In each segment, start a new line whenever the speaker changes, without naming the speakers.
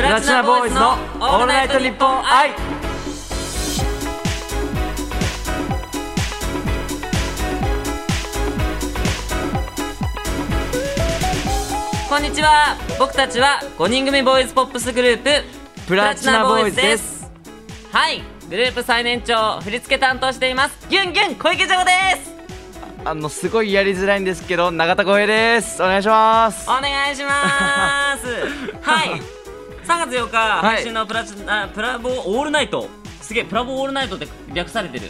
ラチナボーイズのオールナイトニッポン愛
こんにちは僕たちは5人組ボーイズポップスグループ
プラチナボーイズです
はいグループ最年長振り付け担当していますギュンギュン小池嬢です
あのすごいやりづらいんですけど永田光平ですお願いします
お願いしますはい3月8日
い
配信のプラチナ、プラボオールナイトすげえプラボオールナイトって略されてる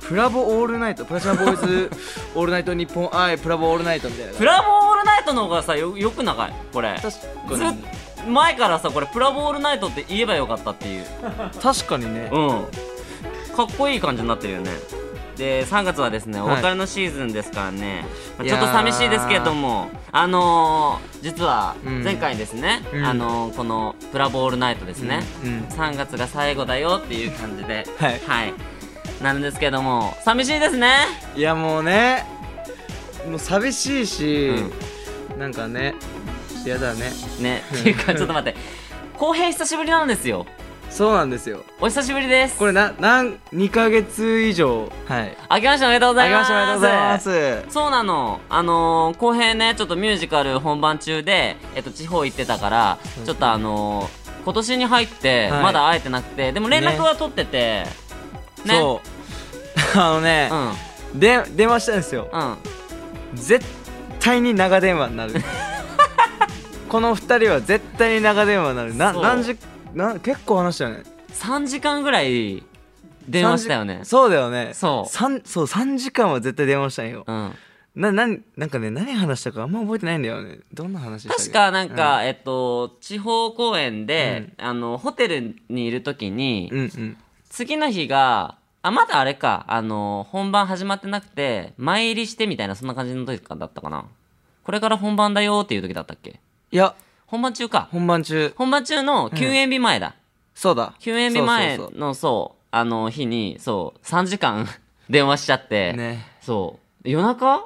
プラボオールナイトプラチナボーイズ オールナイトニッポン愛プラボオールナイトみたいな
プラボオールナイトの方がさよよく長いこれず
確かに
っ前からさこれプラボオールナイトって言えばよかったっていう
確かにね
うんかっこいい感じになってるよねで3月はですねお
はい
別れのシーズンですからね、まあ
い
ちょ
やー
っと寂しいですけれどもあのー、実は
うん
前回ですね、
うん
あのー、この「プラボールナイト」ですね、
うんうん
3月が最後だよっていう感じでは
はい
なるんですけども寂しいですね
いやもうねもう寂しいし、なんかねちょっとやだね
ねっていうかちょっと待って浩平久しぶりなんですよ
そうなんですよ
お久しぶりです
これな何2ヶ月以上はい
あけましておめでとうございます
ありがとうございます
そうなの。あのー、浩平ね、ちょっとミュージカル本番中で、えっと、地方行ってたから、ちょっとあのー、今年に入って、
はい
まだ会えてなくて、でも連絡は取ってて、ね。
そう あのね
う、ん。
で電話したんですよ
うん。
絶対に長電話にな るこの2人は絶対に長電話になるな
そう
何時な結構話したよね
3時間ぐらい、電話したよね
三時。そうだよね
そう
三そう3時間は絶対電話したんよ
うん。
ななんなんかね何話したかあんま覚えてないんだよねどんな話したっけ
確かなんか、えっと、地方公演で、あの、ホテルにいるときに、
うんうん
次の日が、あ、まだあれか、あの、本番始まってなくて、前入りしてみたいな、そんな感じの時かだったかな。これから本番だよっていう時だったっけ
いや
本番中か。
本番中
本番中の休園日前だ。
そうだ
休園日前
そうそう
の、そう、あの、日に、そう、3時間 電話しちゃって、
そうね
そう。夜中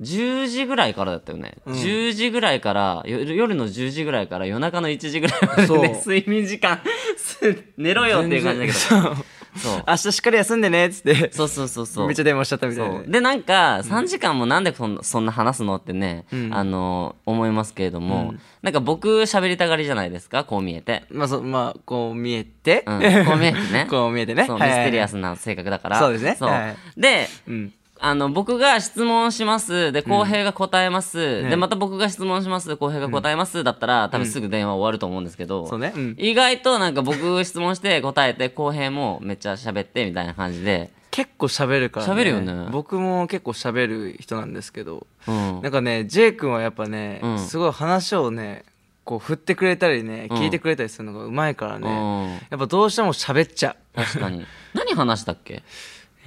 ?10 時ぐらいからだったよね。
うん
10時ぐらいから、よ夜の10時ぐらいから夜中の1時ぐらいまで
そう
ね、睡眠時間、 す寝ろよっていう感じだけど。
全然そう
そう。
明日しっかり休んでねっつって
そうそうそうそう。
めっちゃ電話しちゃったみたい
そう
な
でなんか3時間もなんでそんそんな話すのってね、
うん
あの思いますけれども、
うん
なんか僕喋りたがりじゃないですかこう見えて、
まあそうまあこう見えて
うん、こう見えてね
こう見えてね
そう
は
ミ
い
ステリアスな性格だから
そうですね
そう
はい
で
うん
あの僕が質問しますで浩平が答えます、
ね
でまた僕が質問します浩平が答えます、だったら多分すぐ電話終わると思うんですけど、
そうねうん
意外となんか僕質問して答えて浩平もめっちゃ喋ってみたいな感じで、
結構喋るから
喋るよね
僕も結構喋る人なんですけど
うん
なんか ね J 君はやっぱね、
うん
すごい話をねこう振ってくれたりね
うん
聞いてくれたりするのがうまいからね、
うん
やっぱどうしても喋っちゃう
確かに何話したっけ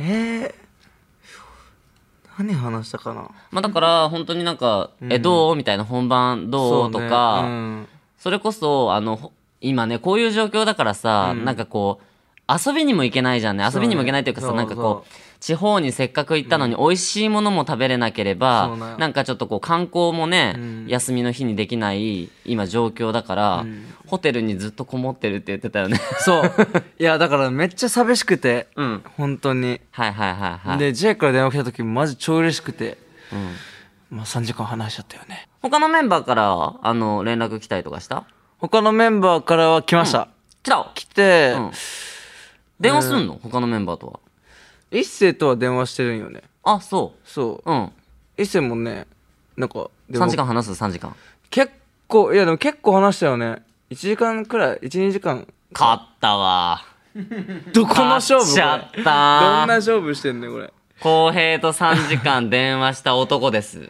えー、何話したかな
まあだから本当になんか「えどう?」みたいな「本番どう?」と
ね
か、
うん
それこそあのほ今ねこういう状況だからさ、なんかこう遊びにも行けないじゃんね遊びにも行けないというかさ
そうね
なんか
そう
こう地方にせっかく行ったのに美味しいものも食べれなければ、
そうね
なんかちょっとこう観光もね、
ん
休みの日にできない今状況だから、ホテルにずっとこもってるって言ってたよね
そういやだからめっちゃ寂しくて、
うん
本当に、
はいはいはいはい
で J から電話来た時マジ超嬉しくて、まあ3時間話しちゃったよね
他のメンバーからあの連絡来たりとかした
他のメンバーからは来ました、
来た
来て、
うん電話すんの、他のメンバーとは
一星とは電話してるんよね
あそ
そう
ううん
一星もねなんかでも
3時間話す3時間
結構いやでも結構話したよね1時間くらい12時間
勝ったわ
どこの勝負これ
勝っちゃった
どんな勝負してんねこれ
浩平と3時間電話した男です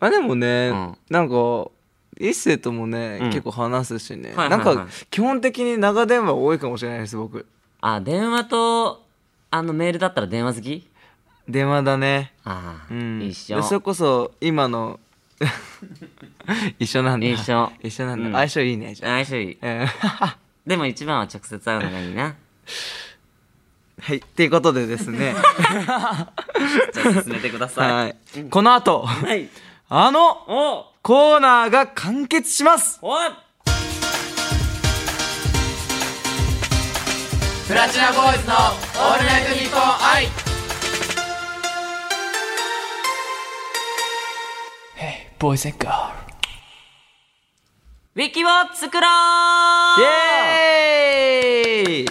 あでもね、
うん
なんか一星ともね、
うん
結構話すしね、
はいはいはい
なんか基本的に長電話多いかもしれないです僕
あ電話とあのメールだったら電話好き
電話だね
ああ、
うん
一
でそれ
緒
こそ 今の一緒なんだ
一緒
一緒なんだ、
うん
相性いいねじゃあ、
相性いい
えー
でも一番は直接会うのがいいな
はいっていうことでです ね
じゃあ進めてください
はい。この後、
はい
あの
お
コーナーが完結します
おいプラチナボーイズのオールナイトニッポン愛
ボーイセンガー
ウィキを作ろう
イエーイ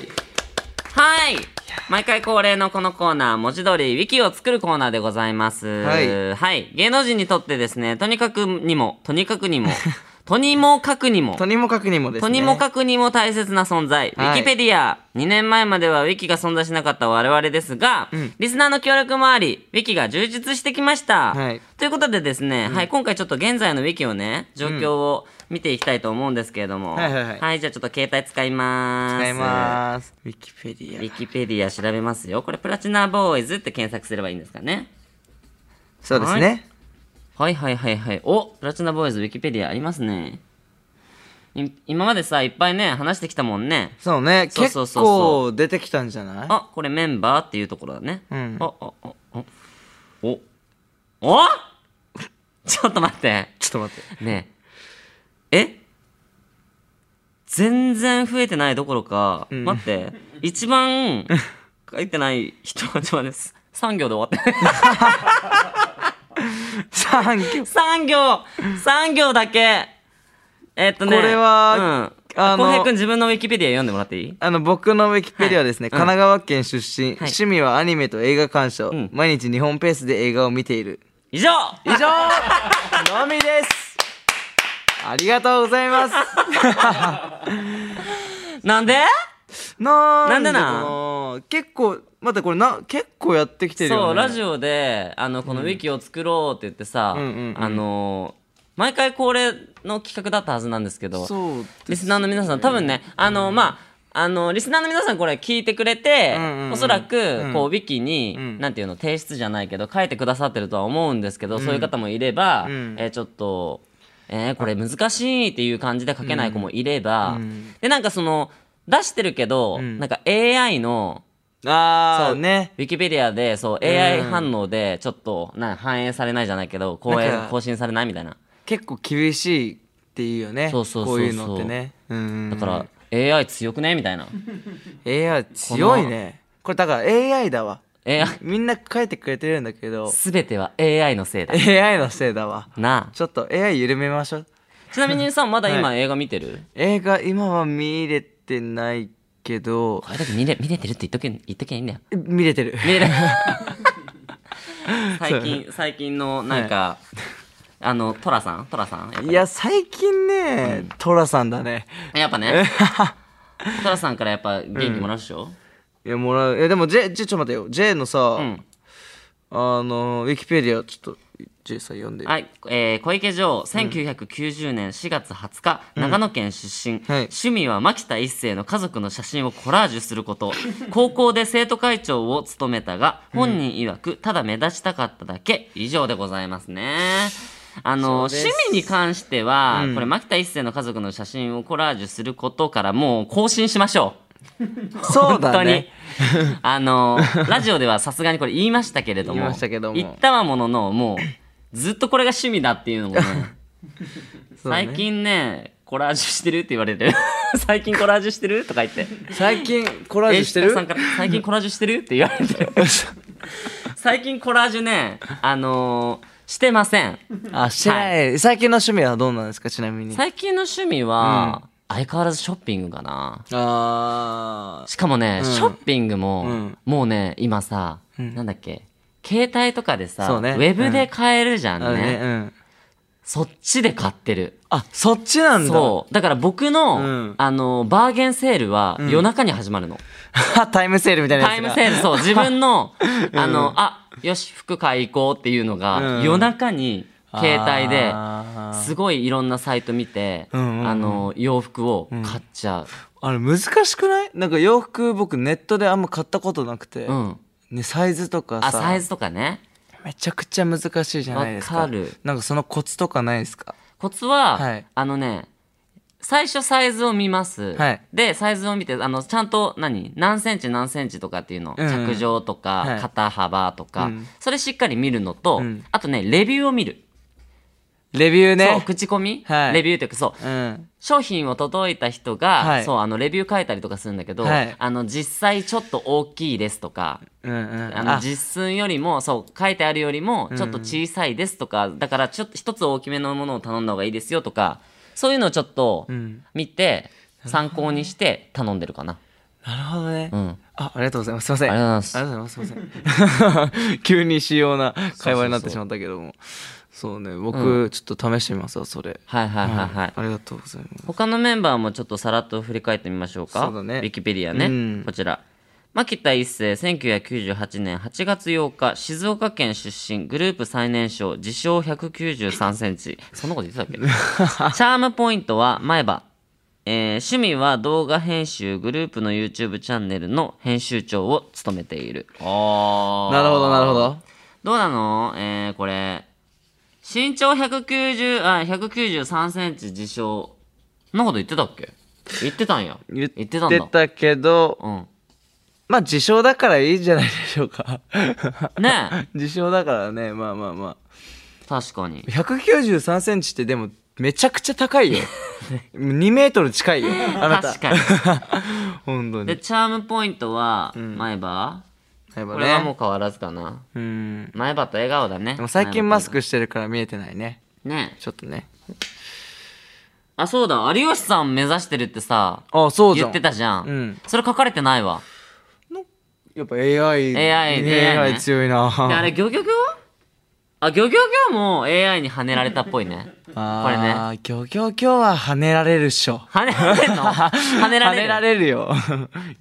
はい毎回恒例のこのコーナー、文字通り、ウィキを作るコーナーでございます。
はい
はい芸能人にとってですね、とにかくにも、とにかくに も、とにもかくにも
と、にもかくにもですね
とにもかくにも大切な存在、
はい
ウィキペディア。2年前まではウィキが存在しなかった我々ですが、
うん
リスナーの協力もあり、ウィキが充実してきました。
はい
ということでですね、はい、今回ちょっと現在のウィキをね、状況を見ていきたいと思うんですけれども、
はいはいはい
じゃあちょっと携帯使いまーす。
使いますウィキペデ
ウ
ィ
ィ
ア
キペディア調べますよ。これ、プラチナボーイズって検索すればいいんですかね。
そうですね
はいはいはいはい。おプラチナボーイズウィキペディアありますね。い今までさ、いっぱいね、話してきたもんね。
そうね
そう
結
そうそうそ
構出てきたんじゃない
あ、これメンバーっていうところだね。
うん
お、お、お、お、お、 おちょっと待って。
ちょっ と待って
ねえ。え全然増えてないどころか、
うん
待って、一番書いてない人は、ちょっと待って、3行で終わってない。
サンキュー
3行 !3 行だけえっとね。
これは
うん。
あ
あ
の
の、浩平君自分のウィキペディア読んでもらっていい
あの僕のウィキペディアはです
は
ね、
い
神奈川県出身、趣味はアニメと映画鑑賞、
ん
毎日日本ペースで映画を見ている
以上
以上のみですありがとうございます
なんで
な
なんん
で
で
か
な
な結構またこれな結構やってきてるよね
そう、ラジ
オ
オで、あの、このウィキを作ろうって言ってさ、
うんうんうん
あの、毎回恒例の企画だったはずなんですけど、
そう
リスナーの皆さん、多分ね、あの、まあ、あの、リスナーの皆さんこれ聞いてくれて、
うんうんうん
おそらく
うん、
こう、ウィキに、
うん
なんていうの、提出じゃないけど、書いてくださってるとは思うんですけど、そういう方もいれば、
うん
えーちょっと、えーこれ難しいっていう感じで書けない子もいれば、
うん
で、なんかその、出してるけど、
うん
なんか AI の、
あ
そ
あ
う
ね
ウィキペディアで、そう、AI 反応で、ちょっと、なんか反映されないじゃないけど、公
なんか
演、更新されないみたいな。
結構厳しいっていうよね
そうそうそう
こ
そう
ういうのってねうん
だから、AI 強くねみたいな。
AI 強いねこれだから AI だわ
AI、
みんな書いてくれてるんだけど
すべては AI のせいだ。
AI のせいだわ
なあ。
ちょっと AI 緩めましょう
ちなみにさ、まだ
は
今映画見てる
映画今は見れてないけど
これだけ見れ見れてるって言っとけ、言っときゃいいんだよ。
見れてる
見れてる。最近、最近の、なんか、あの、トラさんトラさんやっぱ
いや最近ね、トラさんだね
やっぱ ね、トラさんからやっぱ元気もらうでしょ、
いやもらういやでも J, J ちょっと待ってよ J のさ、
ん
あのウィキペディアちょっと J さん読んで
はい、えー小池城1990年4月20日、長野県出身、
はい
趣味は牧田一成の家族の写真をコラージュすること 高校で生徒会長を務めたが本人曰くただ目立ちたかっただけ以上でございますねあの
そうです
趣味に関しては、
うん
これ牧田一成の家族の写真をコラージュすることからもう更新しましょう
そうだね
本当に あのラジオではさすがにこれ言いましたけれども
言いましたけども
言ったはもののもうずっとこれが趣味だっていうのもね
そうね
最近ねコラージュしてるって言われてる 最近コラージュしてるとか言って
最近コラージュして
え
る
スタッフさんから最近コラージュしてるって言 われてる最近コラージュねあのーしてません
あしてない、最近の趣味はどうなんですかちなみに
最近の趣味は、相変わらずショッピングかな
あ
しかもね、
うん
ショッピングも、
うん
もうね今さ、
うん
なんだっけ携帯とかでさ、
そうね
ウェブで買えるじゃ
あ
ん
のね
ね
うん
そっちで買ってる
あそっちなんだ
そう。だから僕の、
うん
あの、バーゲンセールは夜中に始まるの。
タイムセールみたいな
タイ
やつ
ム
が
セール、 そう。自分の、あの、あ、よし、服買い行こうっていうのが、
うん
夜中に、携帯で、
あー
すごいいろんなサイト見て、
うんうんうん
あの、洋服を買っちゃ
あれ難しくないなんか洋服僕ネットであんま買ったことなくて、
う。うん。
ね、サイズとかさ
あ、サイズとかね。
めちゃくちゃ難しいじゃないですか
わかる
なんかそのコツとかないですか
コツは、
はい
あのね、最初サイズを見ます。
はい
で、サイズを見て、あの、ちゃんと何、何センチ何センチとかっていうの、
うんうん
着上とか、
はい
肩幅とか、
うん
それしっかり見るのと、
うん
あとね、レビューを見る。
レビュー
そう
ね
口コミ、
はい
レビューというかそう
うん
商品を届いた人が、
はい
そうあのレビュー書いたりとかするんだけど、
はい
あの実際ちょっと大きいですとか、
うんうん
あの実寸よりもそう書いてあるよりもちょっと小さいですとか、だからちょっと一つ大きめのものを頼んだ方がいいですよとかそういうのをちょっと
うん
見て、参考にして頼んでるかな。
なるほどね、
うん、
あありがとうございますすいません
ありがとうございます
ありがとうございます。すいません。 急にしような会話になってしまったけども。そうね、僕、
う
ちょっと試してみますわ、それ。
はいはいはいはい、
ありがとうございます。
他のメンバーもちょっとさらっと振り返ってみましょうか
そうだね
ウィキペディアね、
うん
こちら牧田一成1998年8月8日静岡県出身グループ最年少自称193センチそんなこと言ってたっ けチャームポイントは前歯えー趣味は動画編集グループの YouTube チャンネルの編集長を務めているあ
なるほど、なるほど。
どうなのえー、これ。身長190、あ、193センチ自称。そんなこと言ってたっけ言ってたんや。
言っ
ってたんだ。
てたけど、
うん。
まあ、自称だからいいんじゃないでしょうか。
ね
自称だからね、まあまあま
え。確かに
あ。。193センチってでも、めちゃくちゃ高 いよ。2メートル近いよ、あなた。
確かに。
本当
で、
に。
チャームポイントは、前歯、
やっぱ
これはも
ね
う。変わらずかな。
うん。
前歯と笑顔だね。
でも最近マス
ク。
クしてるから見えてないね。
ねえ。
ちょっとね。
あ、そうだ。有吉さん目指してるってさ、
あ、そうじゃ
言
ん。
ってたじゃん。
うん
それ書かれてないわ。
やっぱ AI,
AI ね
AI 強いな
であれ、漁業業あ、漁業業も AI に跳ねられたっぽいね。
あ
これね
ーギョギョギョは跳ねられるっしょ
跳ねられんの跳ねら
跳
れ
ね
る
られるよ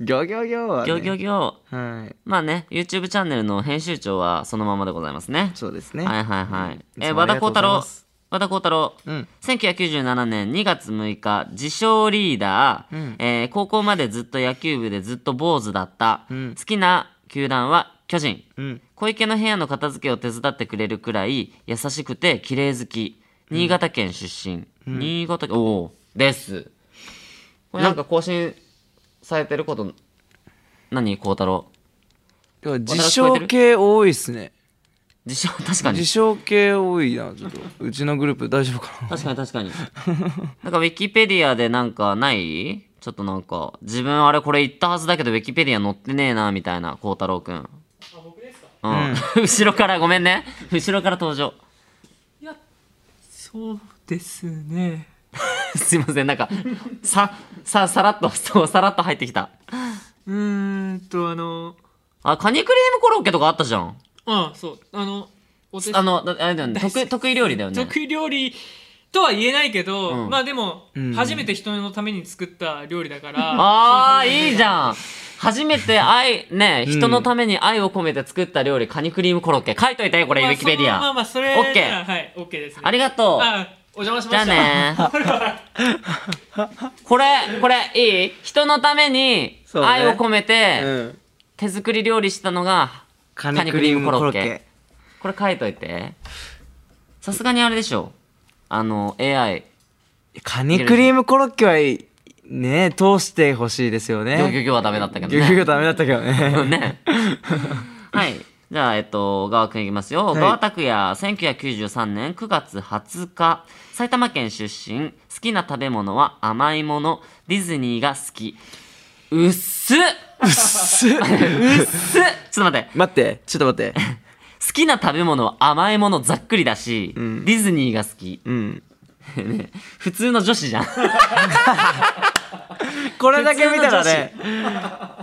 ギョギョギョは、ね、
ギョギョギョ
はい
まあね YouTube チャンネルの編集長はそのままでございますね
そうですね
はいはいはい、
うん
え
いつも
和田
あ
幸
りがとうご
太
ざい
郎
ます
和田幸太郎、
うん
1997年2月6日自称リーダー、
うん
えー高校までずっと野球部でずっと坊主だった、
うん
好きな球団は巨人
うん
小池の部屋の片付けを手伝ってくれるくらい優しくて綺麗好き新潟県出身、新潟県おおですこれなんか更新されてること何孝太郎
でも自
私超えて
称
る
系多いっすね
自称 確か
自
に
称系多いなちょっとうちのグループ大丈夫かな
確かに確 かになんかウィキペディアでなんかないちょっとなんか自分あれこれ言ったはずだけどウィキペディア載ってねえなみたいな孝太郎くんあ僕ですかうん、 後ろからごめんね後ろから登場
そうですね。
すいません、なんか、さ、さ、さらっと、そう、さらっと入ってきた。
うーんと、あの、
あ、カニクリームコロッケとかあったじゃん。
ああ、そう、あの、お手
あの、だあれだよね、得得意料理だよね。
得意料理とは言えないけど、
ん
まあでも、
ん
初めて人のために作った料理だから。
あー、いいじゃん。初めて愛、ね、人のために愛を込めて作った料理、カニクリームコロッケ。書いといたよ、これ、ウ
まあ
ィキペディ
そのまあ
ア。
まあ、それ。
オッケー
はい、オッケーです、ね。
ありがとう。
あお邪魔し
じゃ
ま
あ
した。
ね。 これ、これ、いい人のために
そうね
愛を込め
う
て、
ん
手作り料理したのが、
カニクリームコロッ
カニクリーム
ケ
これ書いといて。さすがにあれでしょ。あの、AI。
カニクリームコロッケはいいね通してほしいですよね
ギョギョギョはダメだったけど
ギョギョギョ
ね。
ダメだったけどね
ね。はい。じゃあ、えっと、ガワくんいきますよ。
い
ガワ拓也、1993年9月20日、埼玉県出身、好きな食べ物は甘いもの、ディズニーが好き。うっすうっ
す
すちょっと待って。
待ってちょっと待って
好きな食べ物は甘いものざっくりだし、ディズニーが好き。
うん
ね普通の女子じゃん。
これだけ見たらね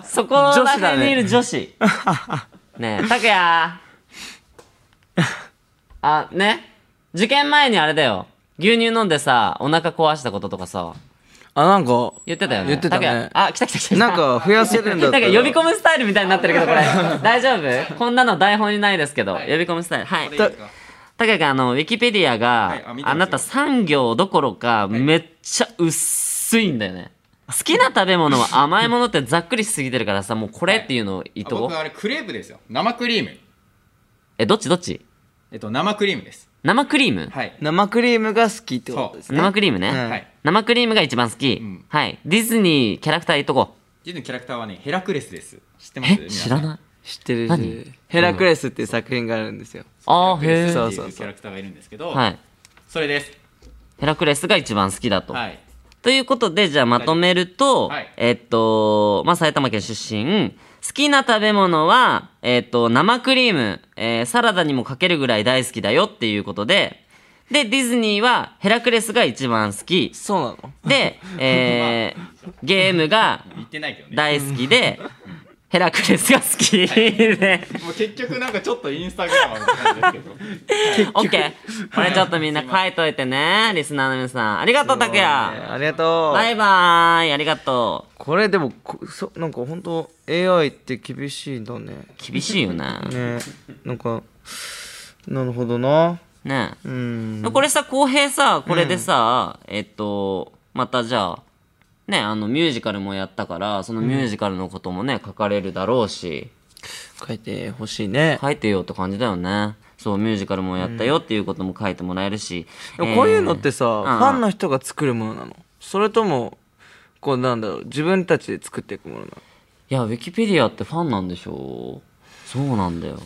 そこら辺にいる女子。ね え、たくや。あ、ね。受験前にあれだよ。牛乳飲んでさ、お腹壊したこととかさ、
あなんか
言ってたよね。
言ってたね
拓也あ、来た来た来た来た。
なんか増やせるん
な
だっ
ん
た
から呼び込むスタイルみたいになってるけど、 これ。大丈夫こんなの台本にないですけど、呼び込むスタイル。はい。
た
たかがあのウィキペディアが、
はいあ見てますよ
あなた産業どころかめっちゃ薄いんだよね、好きな食べ物は甘いものってざっくりしすぎてるからさもうこれっていうのをい
あ
とこ
僕あれクレープですよ生クリーム
えどっちどっち
えっと生クリームです
生クリーム、
はい
生クリームが好きってことですね
生クリームね、
うん
はい
生クリームが一番好き、
ん
はいディズニーキャラクターいっとこ
ディズニーのキャラクターはねヘラクレスです知ってます
え知ら
い
ない
知ってる
何
しヘラクレスっていう作品があるんですよ
あー
ヘラクレ
へ
ス
え
そ
っ
う
て
そ
いううキャラクターがいるんですけど
はい
それです
ヘラクレスが一番好きだと。
はい
ということで、じゃあまとめると、
はい
えっと、まあ、埼玉県出身、好きな食べ物は、えっと、生クリーム、えーサラダにもかけるぐらい大好きだよっていうことで、で、ディズニーはヘラクレスが一番好き。
そうなの
で、え ーゲームが
言ってないけどね
大好きで、ヘラクレスが好 きで。
もう結局なんかちょっとインスタグラマーみたいなんですけど
オッケー。これちょっとみんな書いといてね、リスナーの皆さん。ありがとう、拓
ね
也。
ありがとう、
バイバーイ。ありがとう。
これでもこそなんか本当 AI って厳しいんだね
厳しいよね。
ねなんかなるほどな
ね
うん
これさ、浩平さ、これでさ、えっと、またじゃあ、ね、あのミュージカルもやったからそのミュージカルのこともね、書かれるだろうし
書いてほしいね、
書いてよって感じだよねそうミュージカルもやったよっていうことも書いてもらえるし、
でもこういうのってさ、
ん
ファンの人が作るものなのそれともこうなんだろう自分たちで作っていくものなの
いやウィキペディアってファンなんでしょうそうなんだよ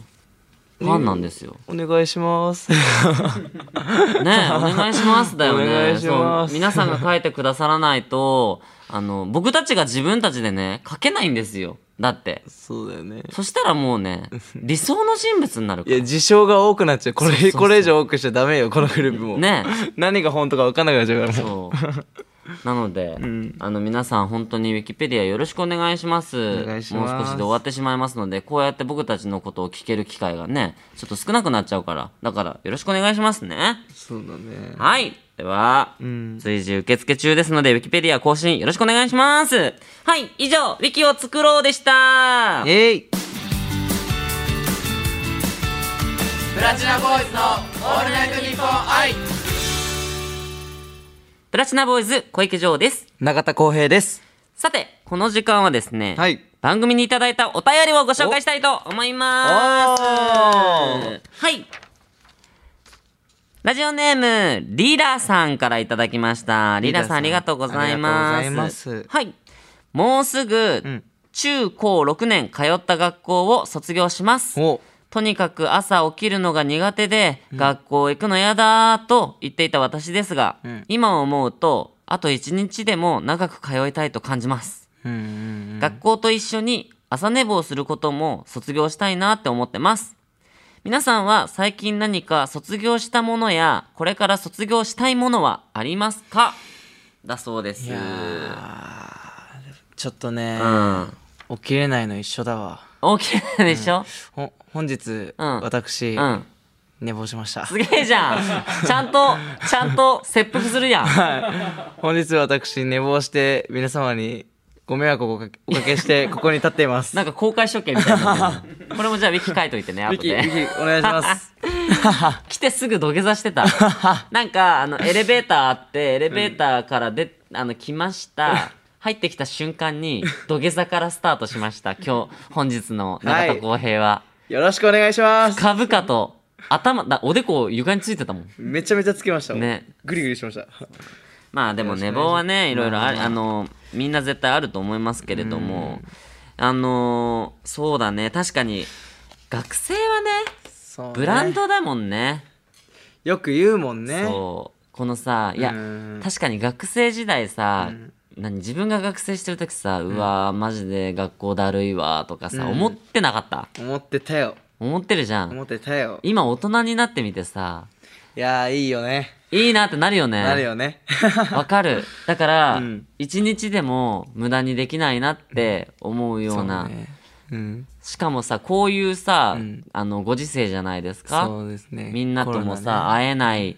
ファンなんですよ、
お願いします
ねえ、お願いしますだよね。
お願いします
そう皆さんが書いてくださらないと、あの、僕たちが自分たちでね、書けないんですよ。だって。
そうだよね
そしたらもうね、理想の人物になるか
いや事象が多くなっちゃうこれこれ以上多くしちゃダメよこのグループも
ら。ね
何が本当か分かんなくなっちゃうから
え。
もう
そう。なので、
ん
あの、皆さん本当にウィキペディアよろしくお願いします。
お願いします
もう少しで終わってしまいますので、こうやって僕たちのことを聞ける機会がね、ちょっと少なくなっちゃうから。だから、よろしくお願いしますね。
そうだね
はい。では、随時受付中ですので、ウィキペディア更新よろしくお願いします。はい、以上、ウィキを作ろうでした。
えい
プラチナボーイズ、小池城です。
永田浩平です
さて、この時間はですね、
はい
番組にいただいたお便りをご紹介したいと思います。
おー
はい。ラジオネーム、リラさんからいただきました。リラさん、あ
リ
り
ラ
が
さ
と
ん
うございます。
ありがとうございます
はい。もうすぐ、
ん
中高6年通った学校を卒業します。
お
とにかく朝起きるのが苦手で、学校行くのやだーと言っていた私ですが、
ん
今思うとあと一日でも長く通いたいと感じます、
うんうん
学校と一緒に朝寝坊することも卒業したいなって思ってます皆さんは最近何か卒業したものやこれから卒業したいものはありますかだそうです
いやーちょっとね、
うん
起きれないの一緒だわ
大きなでしょ、
ほ本日、
うん
私、
うん
寝坊しました
すげえじゃんちゃんとちゃんと切腹するやん
本日私寝坊して皆様にご迷惑をおかけおかけ してここに立っています
なんか公開処刑みたいな。これもじゃあウィキ書いといてね、後
ウィキウ
で。
ィキお願いします
来てすぐ土下座して た。なんか、あの、エレベーターあって、エレベーターからで、あの、来ま した。入ってきた瞬間に土下座からスタートしました。今日、本日の永田浩平は。
よろしくお願いします
株価と頭、だおでこ床についてたもん。
めちゃめちゃつけました
ね
グリグリしました
まあでも寝坊はねいろいろあるあのみんな絶対あると思いますけれどもあのーそうだね確かに学生はね
そうね
ブランドだもんね
よく言うもんね
そうこのさいや
うん
確かに学生時代さ何自分が学生してる時さうわーマジで学校だるいわーとかさ思ってなかった
思ってたよ
思ってるじゃん
思ってたよ
今大人になってみてさ
いやーいいよね
いいなってなるよね
なるよね
わかる。だから
うん、
一、日でも無駄にできないなって思うような。
そうねうん
しかもさ、こういうさ、
ん
あの、ご時世じゃないです
そ
か。
うですね
みんなとも
コロナね
さ、会えない、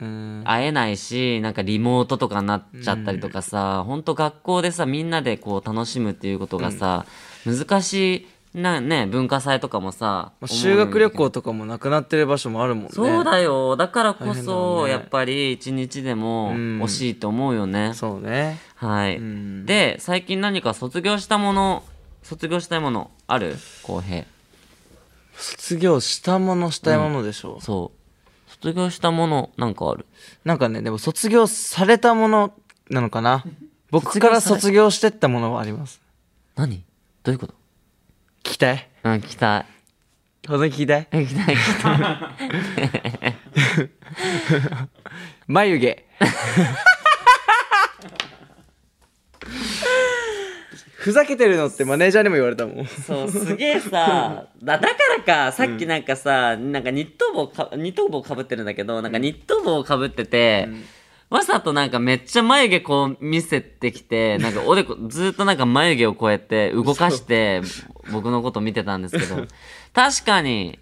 うん
会えないし、なんかリモートとかになっちゃったりとかさ、ほんと学校でさ、みんなでこう楽しむっていうことがさ、難しい、な、ね、文化祭とかもさ、
まあ
思う
修学旅行とかもなくなってる場所もあるもんね
そうだよ。だからこ
大変だも
そ、
んね
やっぱり一日でも
うん
惜しいと思うよね。
そうね
はい、
ん
で最近何か卒業したもの卒業したいものある浩平
卒業したものしたいものでしょう、
そう卒業したものなんかある
なんかねでも卒業されたものなのかな僕から卒業してったものはあります
何どういうこと
聞きたい
うん聞きたい
保存聞きたい
行きたい行きたい
眉毛ふざけてるのってマネージャーにも言われたもん
そうすげえ さだだからかさっきなんかさ、なんかニット帽かニット帽かぶってるんだけどなんかニット帽かぶってて、わざとなんかめっちゃ眉毛こう見せてきてなんかおでこずっとなんか眉毛をこうやって動かして僕のこと見てたんですけど確かに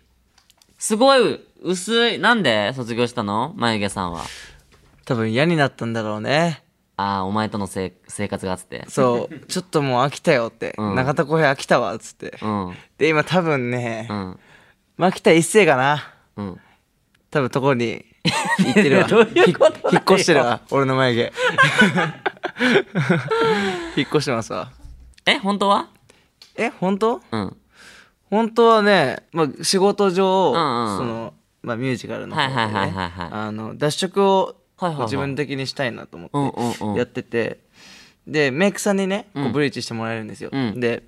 すごい薄いなんで卒業したの眉毛さんは
多分嫌になったんだろうね
ああお前とのせい生活がっつって
そうちょっともう飽きたよって、
うん
中田浩平飽きたわっつって、
うんう
で今多分ね、
ん
まあ秋田一世かな
うん
多分と こに行ってるわ
どういうことだよ
引っ越してるわ俺の眉毛 引っ越してますわ
え本当は
え本当
うん
本当はね、まあ、仕事上、
うんうん
その、まあ、ミュージカルの方
はい
で、ね
はいはいはいはい
あの脱色を
はいはいはい
自分的にしたいなと思
うん
っ
うんう
て
ん
やってて、でメイクさんにねこ
う
うんブリーチしてもらえるんですよ、
うん
で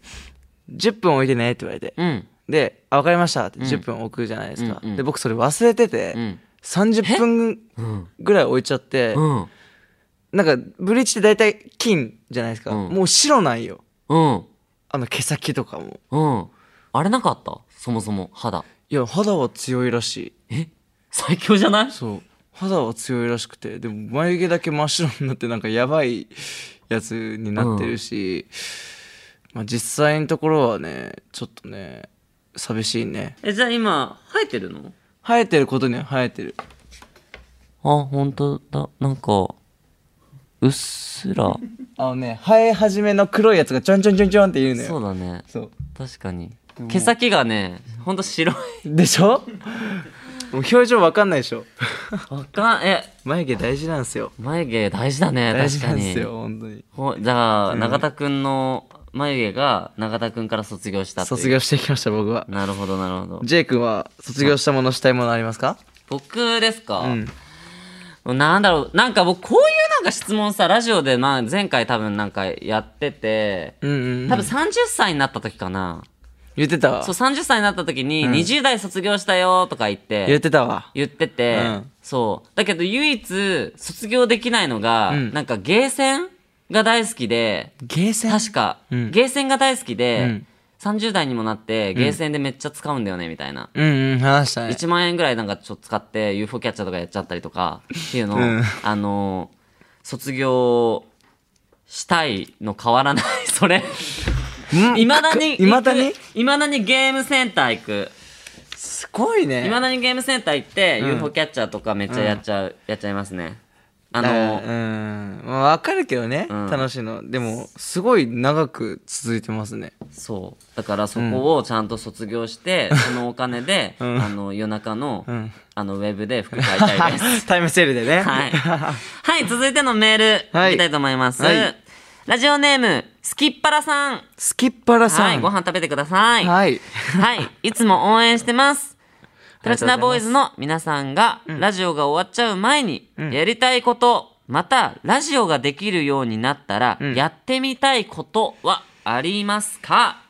10分置いてねって言われて、
うん
で「あ分かりました」って
うん
10分置くじゃないですか、
うんうん
で僕それ忘れてて、
うん
30分
うん
ぐらい置いちゃって、
うん
なんかブリーチって大体金じゃないですか、
うん
もう白なんよ
うん
あの毛先とかも
うん。あれなかったそもそも肌。
いや肌は強いらしい
最強じゃない
そう肌は強いらしくてでも眉毛だけ真っ白になってなんかやばいやつになってるし、まあ、実際のところはねちょっとね寂しいね
え、じゃあ今、生えてるの
生えてることには生えてる
あ、ほんとだ。なんか、うっすら。
あのね生え始めの黒いやつがちょんちょんちょんちょんって言うのよ
そうだね。
そう
確かに。毛先がね、ほんと白い。
でしょもう表情わかんないでしょ
わかん、え、
眉毛大事なんですよ
眉毛大事だね。
大事
確か
なんで
に
す。よ本当に
ほじゃあ、永田くんの眉毛が永田くんから卒業したっていう
卒業してきました僕は
なるほど、なるほど。
J 君は卒業したものしたいものありますか
僕ですか、
うん
なんだろう、なんか僕、こういうなんか質問さ、ラジオで、まあ、前回多分なんかやってて、
うんうん
多分30歳になった時かな。
言ってたわ
そう、30歳になった時に、20代卒業したよとか言っ、
言っててたわ
言ってて、
うん
そう。だけど、唯一、卒業できないのが、
ん
なんか、ゲーセンが大好きで、
ゲーセン
確か、
うん
ゲーセンが大好きで、
うん
30代にもなって、ゲーセンでめっちゃ使うんだよね、みたいな。
うんうん話したね
1万円ぐらいなんかちょっと使って UFO キャッチャーとかやっちゃったりとかっていうのを、
うん
あの卒業したいの変わらない それいまだに
いまだに
いまだにゲームセンター行く
すごいね
いまだにゲームセンター行って、
うん
UFO キャッチャーとかめっちゃやっちゃう、やっちゃいますねあの、
うんまあわかるけどね、
うん
楽しいのでもすごい長く続いてます ね
そうだからそこをちゃんと卒業して、そのお金で、あの夜中の、
ん
あのウェブで服買いたいです
タイムセールでね
はい。はい、続いてのメール、
はいい
きたいと思います。
はい
ラジオネーム、すきっぱらさん。
スキッパラさ
はい、
ん
ご飯食べてください。
はい
はい、いつも応援してます。プ
あ
ラ
りがと
チ
うござ
ナ
います
ボーイズの皆さんが、ラジオが終わっちゃう前に、やりたいこと、また、ラジオができるようになったら、
ん
やってみたいことはありますか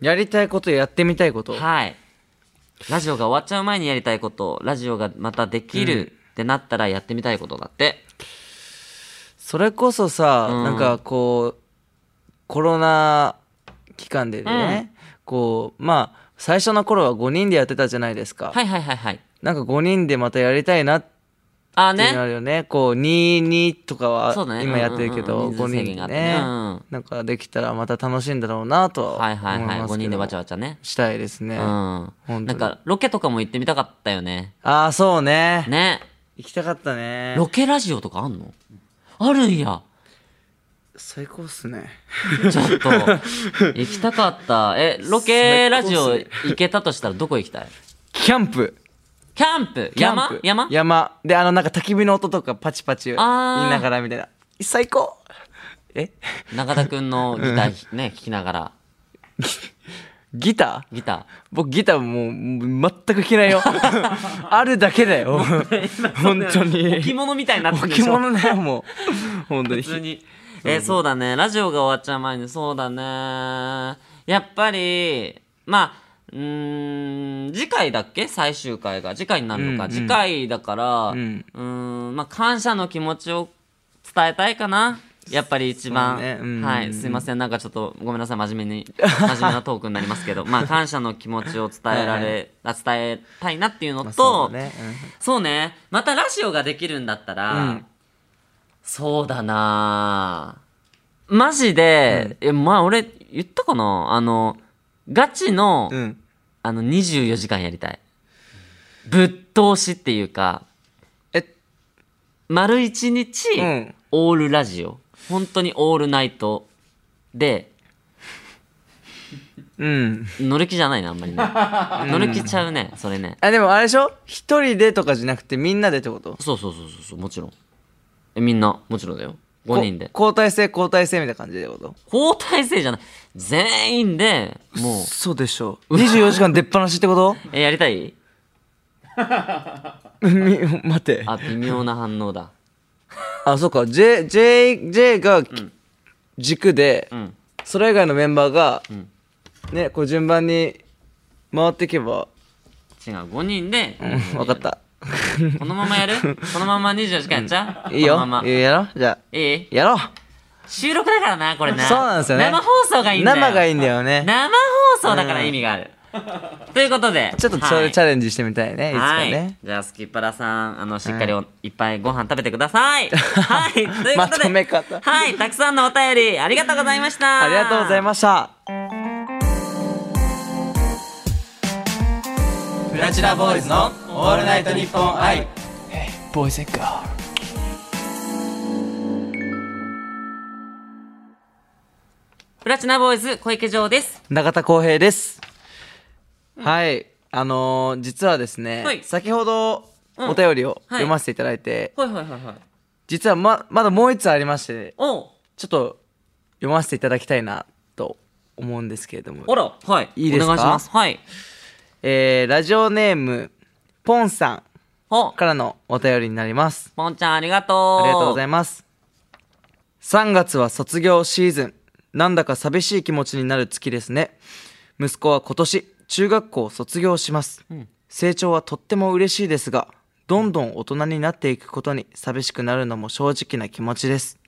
やりたいことやってみたいこと
はい。ラジオが終わっちゃう前にやりたいこと、ラジオがまたできるってなったらやってみたいことだって。
それこそさ、
うん
なんかこうコロナ期間でね、こうまあ最初の頃は5人でやってたじゃないですか、
はいはいはいはい。
なんか5人でまたやりたいなっ
あー
っていう
ね
の。あるよねこう22とか
そうだ
は
ね
今やってる
うん
け
うん
ど、
うん
五
人数制限
人
があ
で
って
ね
ねうん
なんかできたらまた楽しいんだろうなとは思
はい
い
はいはい。
ま
5
すけ
人で
ど
わちゃわちゃね。
したいですね、
うん。
あ
な
当に
んか、ロケとかも行ってみたかったよね。
あーそうね
ね。
行きたかったね
ロケラジオとかあんのあるんや。
最高っすね
ちょっと、行きたかった。え、ロケラジオ行けたとしたらどこ行きたい
キャンプ
キャンプ
キャン
山
プ
山
山であのなんか焚き火の音とかパチパチ言い
あー
ながらみたいな最高え
中田くんのギターね、弾きながら。
ギター
ギタ
僕ギターもうもう全く着な いよあるだけだよ本当
ー。
に
置物みたいになってるで
置
しょ
物だよもう本当に
普通に。 えーそうだね。ラジオが終わっちゃう前に、そうだね。やっぱり、まあ、うーん次回だっけ最終回が次回になるのか、
うん
次回だからう
うんん
んまあ感謝の気持ちを伝えたいかなやっぱり一番、
そうねうん
はいすいませんなんかちょっとごめんなさい真面目に 真面目なトークになりますけどまあ感謝の気持ちを伝えられ、あ伝えたいなっていうのと、
まあ
そ
そううだね
ねまたラジオができるんだったら、
うん
そうだなあマジで、えまあ俺言ったかなあのガチの、
うん、うん、
あの24時間やりたいぶっ通しっていうか
え
丸一日、
うん
オールラジオ本当にオールナイトで
うん
乗る気じゃないなあん まりね乗る気ちゃうねそれね
あでもあれでしょ一人でとかじゃなくてみんなでってこと
そうそうそうそうそうもちろんえみんなもちろんだよ5人で
こ交代制交代制みたいな感じでこと
交代制じゃない全員でもう
そうでしょ24時間出っ放しってこと
えやりたい
み待って
あ微妙な反応だ
あそうか J, J, J が、軸で、
うん
それ以外のメンバーが、
ん
ねこう順番に回っていけば、
違う5人で
うん、分か った
このままやるこのまま24時間やっちゃう
いいよ
このまま
いいよやろうじゃあ
いい
やろう
収録だからなこれな
そうなんですよね
生放送がいいんだよ
生がいいんだよね
生放送だから意味がある、ということで
ちょっとそ
は
れ
い
チャレンジしてみたいね、い、つか
はい
ね、
じゃあスキッパラさんあのしっかりお、い、っぱいご飯食べてください はいということで
まとめ方
はいたくさんのお便りありがとうございました
ありがとうございました
プラチナボーイズのオールナイトニッポン愛
ボーイズガー
プラチナボーイズ小池城です
ル中田浩平です、はいあのー実はですね、
はい
先ほど
うん
お便りを
はい
読ませていただいて、
はいはいはいはい
実はままだもう一つありまして
おう
ちょっと読ませていただきたいなと思うんですけれども
あらはい
いいですか
お願いしますはい
えーラジオネームポンさん
お
からのお便りになります
ぽんちゃんありがとう
ありがとうござい
ま
ます。3月は卒業シーズン。なんだか寂しい気持ちになる月ですね。息子は今年、中学校を卒業します。成長はとっても嬉しいですが、どんどん大人になっていくことに寂しくなるのも正直な気持ちです。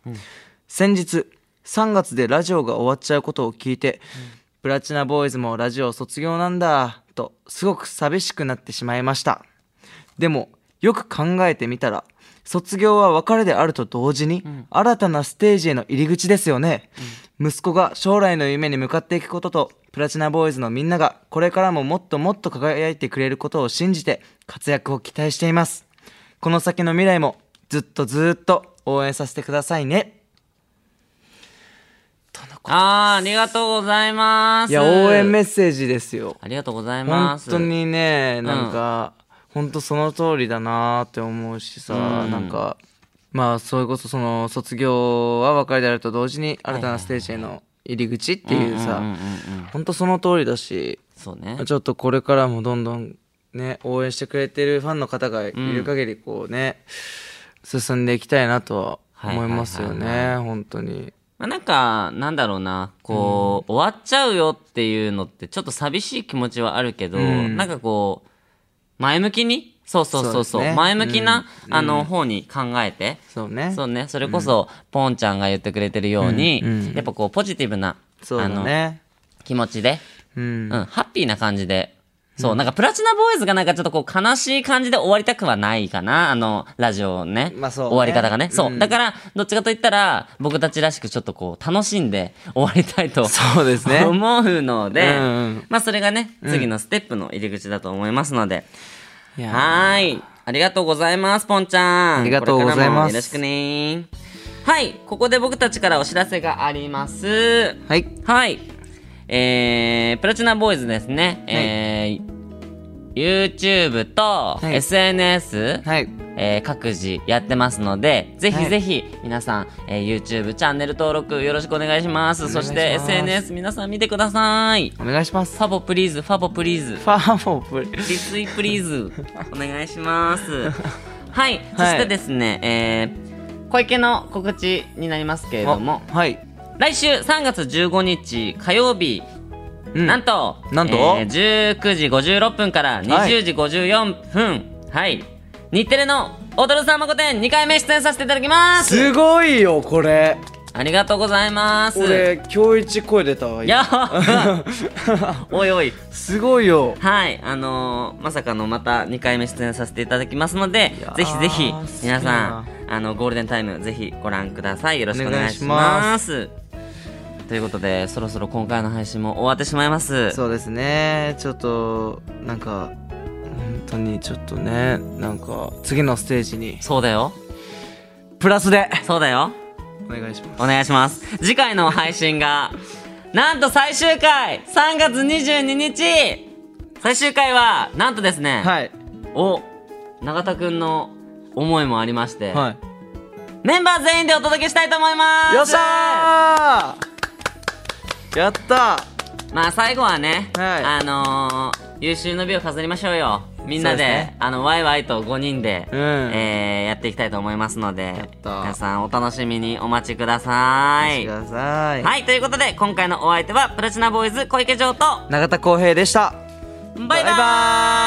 先日、3月でラジオが終わっちゃうことを聞いて、プラチナボーイズもラジオ卒業なんだ、とすごく寂しくなってしまいました。でもよく考えてみたら卒業は別れであると同時に、新たなステージへの入り口ですよね、息子が将来の夢に向かっていくこととプラチナボーイズのみんながこれからももっともっと輝いてくれることを信じて活躍を期待していますこの先の未来もずっとずっと応援させてくださいね
あーありがとうございます
いや応援メッセージですよ
ありがとうございま
本
す
当にねなんか、本当その通りだなって思うしさ、
うん
なんかまあそれこそその卒業は別れであると同時に新たなステージへの入り口っていうさ、
うんうんうんうん
本当その通りだし
そうね
ちょっとこれからもどんどんね応援してくれてるファンの方がいる限りこうね、進んでいきたいなとは思いますよね、
はいはい
本当に
まあ、なんかなんだろうなこう、終わっちゃうよっていうのってちょっと寂しい気持ちはあるけど、
ん
なんかこう前向きにそうそうそうそ
そう
う、
ですね
前向きな、あの方に考えて、
そうね
そうねそれこそ、ポンちゃんが言ってくれてるように、
うんうん
やっぱこうポジティブな、
そう
あ
だ
の
ね
気持ちで、
うん
うん、ハッピーな感じで。そう、なんかプラチナボーイズがなんかちょっとこう悲しい感じで終わりたくはないかな、あの、ラジオね。
まあそうね
終わり方がね。そう。
うん
だから、どっちかと言ったら、僕たちらしくちょっとこう、楽しんで 終わりたいと。
そうです ね
思うので、
うんうん
まあそれがね、次のステップの入り口だと思いますので。
いやー
はーい。ありがとうございます、ぽんちゃん。
ありがとうございます
これからもよろしくねーはい。ここで僕たちからお知らせがあります。
はい
はい。えー、プラチナボーイズですね。えー、YouTube と
い
SNS、
はい
えー各自やってますので、ぜ
は
ひ
い
ぜひ皆さん、えー YouTube チャンネル登録よろしくお願いします。
お願
そ
いします
して SNS 皆さん見てください。
お願いします
ファボプリーズ、ファボプリーズ。
ファーモープル
リツイプリーズお願いし ます。はい、そ
はい
してですね、えー小池の告知になりますけれども、
あはい
来週3月15日火曜日
うん
なんと
なんと
えー19時56分から20時54分はい、日テレの「踊るさんま御殿」2回目出演させていただきます
すごいよこれ
ありがとうございます
俺今日一声出たわ
い や おいおい
すごいよ
はいあのーまさかのまた2回目出演させていただきますので
いやー
ぜひぜひ皆さ
好
ん
き
あのゴールデンタイムぜひご覧くださいよろしくお
お
願
願
い
い
し
し
ま
ます
ということでそろそろ今回の配信も終わってしまいます
そうですねちょっとなんか本当にちょっとねなんか次のステージに
そうだよ
プラスで
そうだよ
お願いします
お願いします次回の配信がなんと最終回3月22日最終回はなんとですね、
はい
お永田くんの思いもありまして、
は
メンバー全員でお届けしたいと思います
いよっしゃーやった
まあ最後はね、
はい
あのー、優秀の美を飾りましょうよみんなで
そうですね
あのワイワイと5人で、
うん
えーやっていきたいと思いますので
った
皆さんお楽しみにお待ちくださ
ー
い
してください、い、
はい、ということで今回のお相手はプラチナボーイズ小池城と
永田浩平でした
バイバ
バイバ
ーイ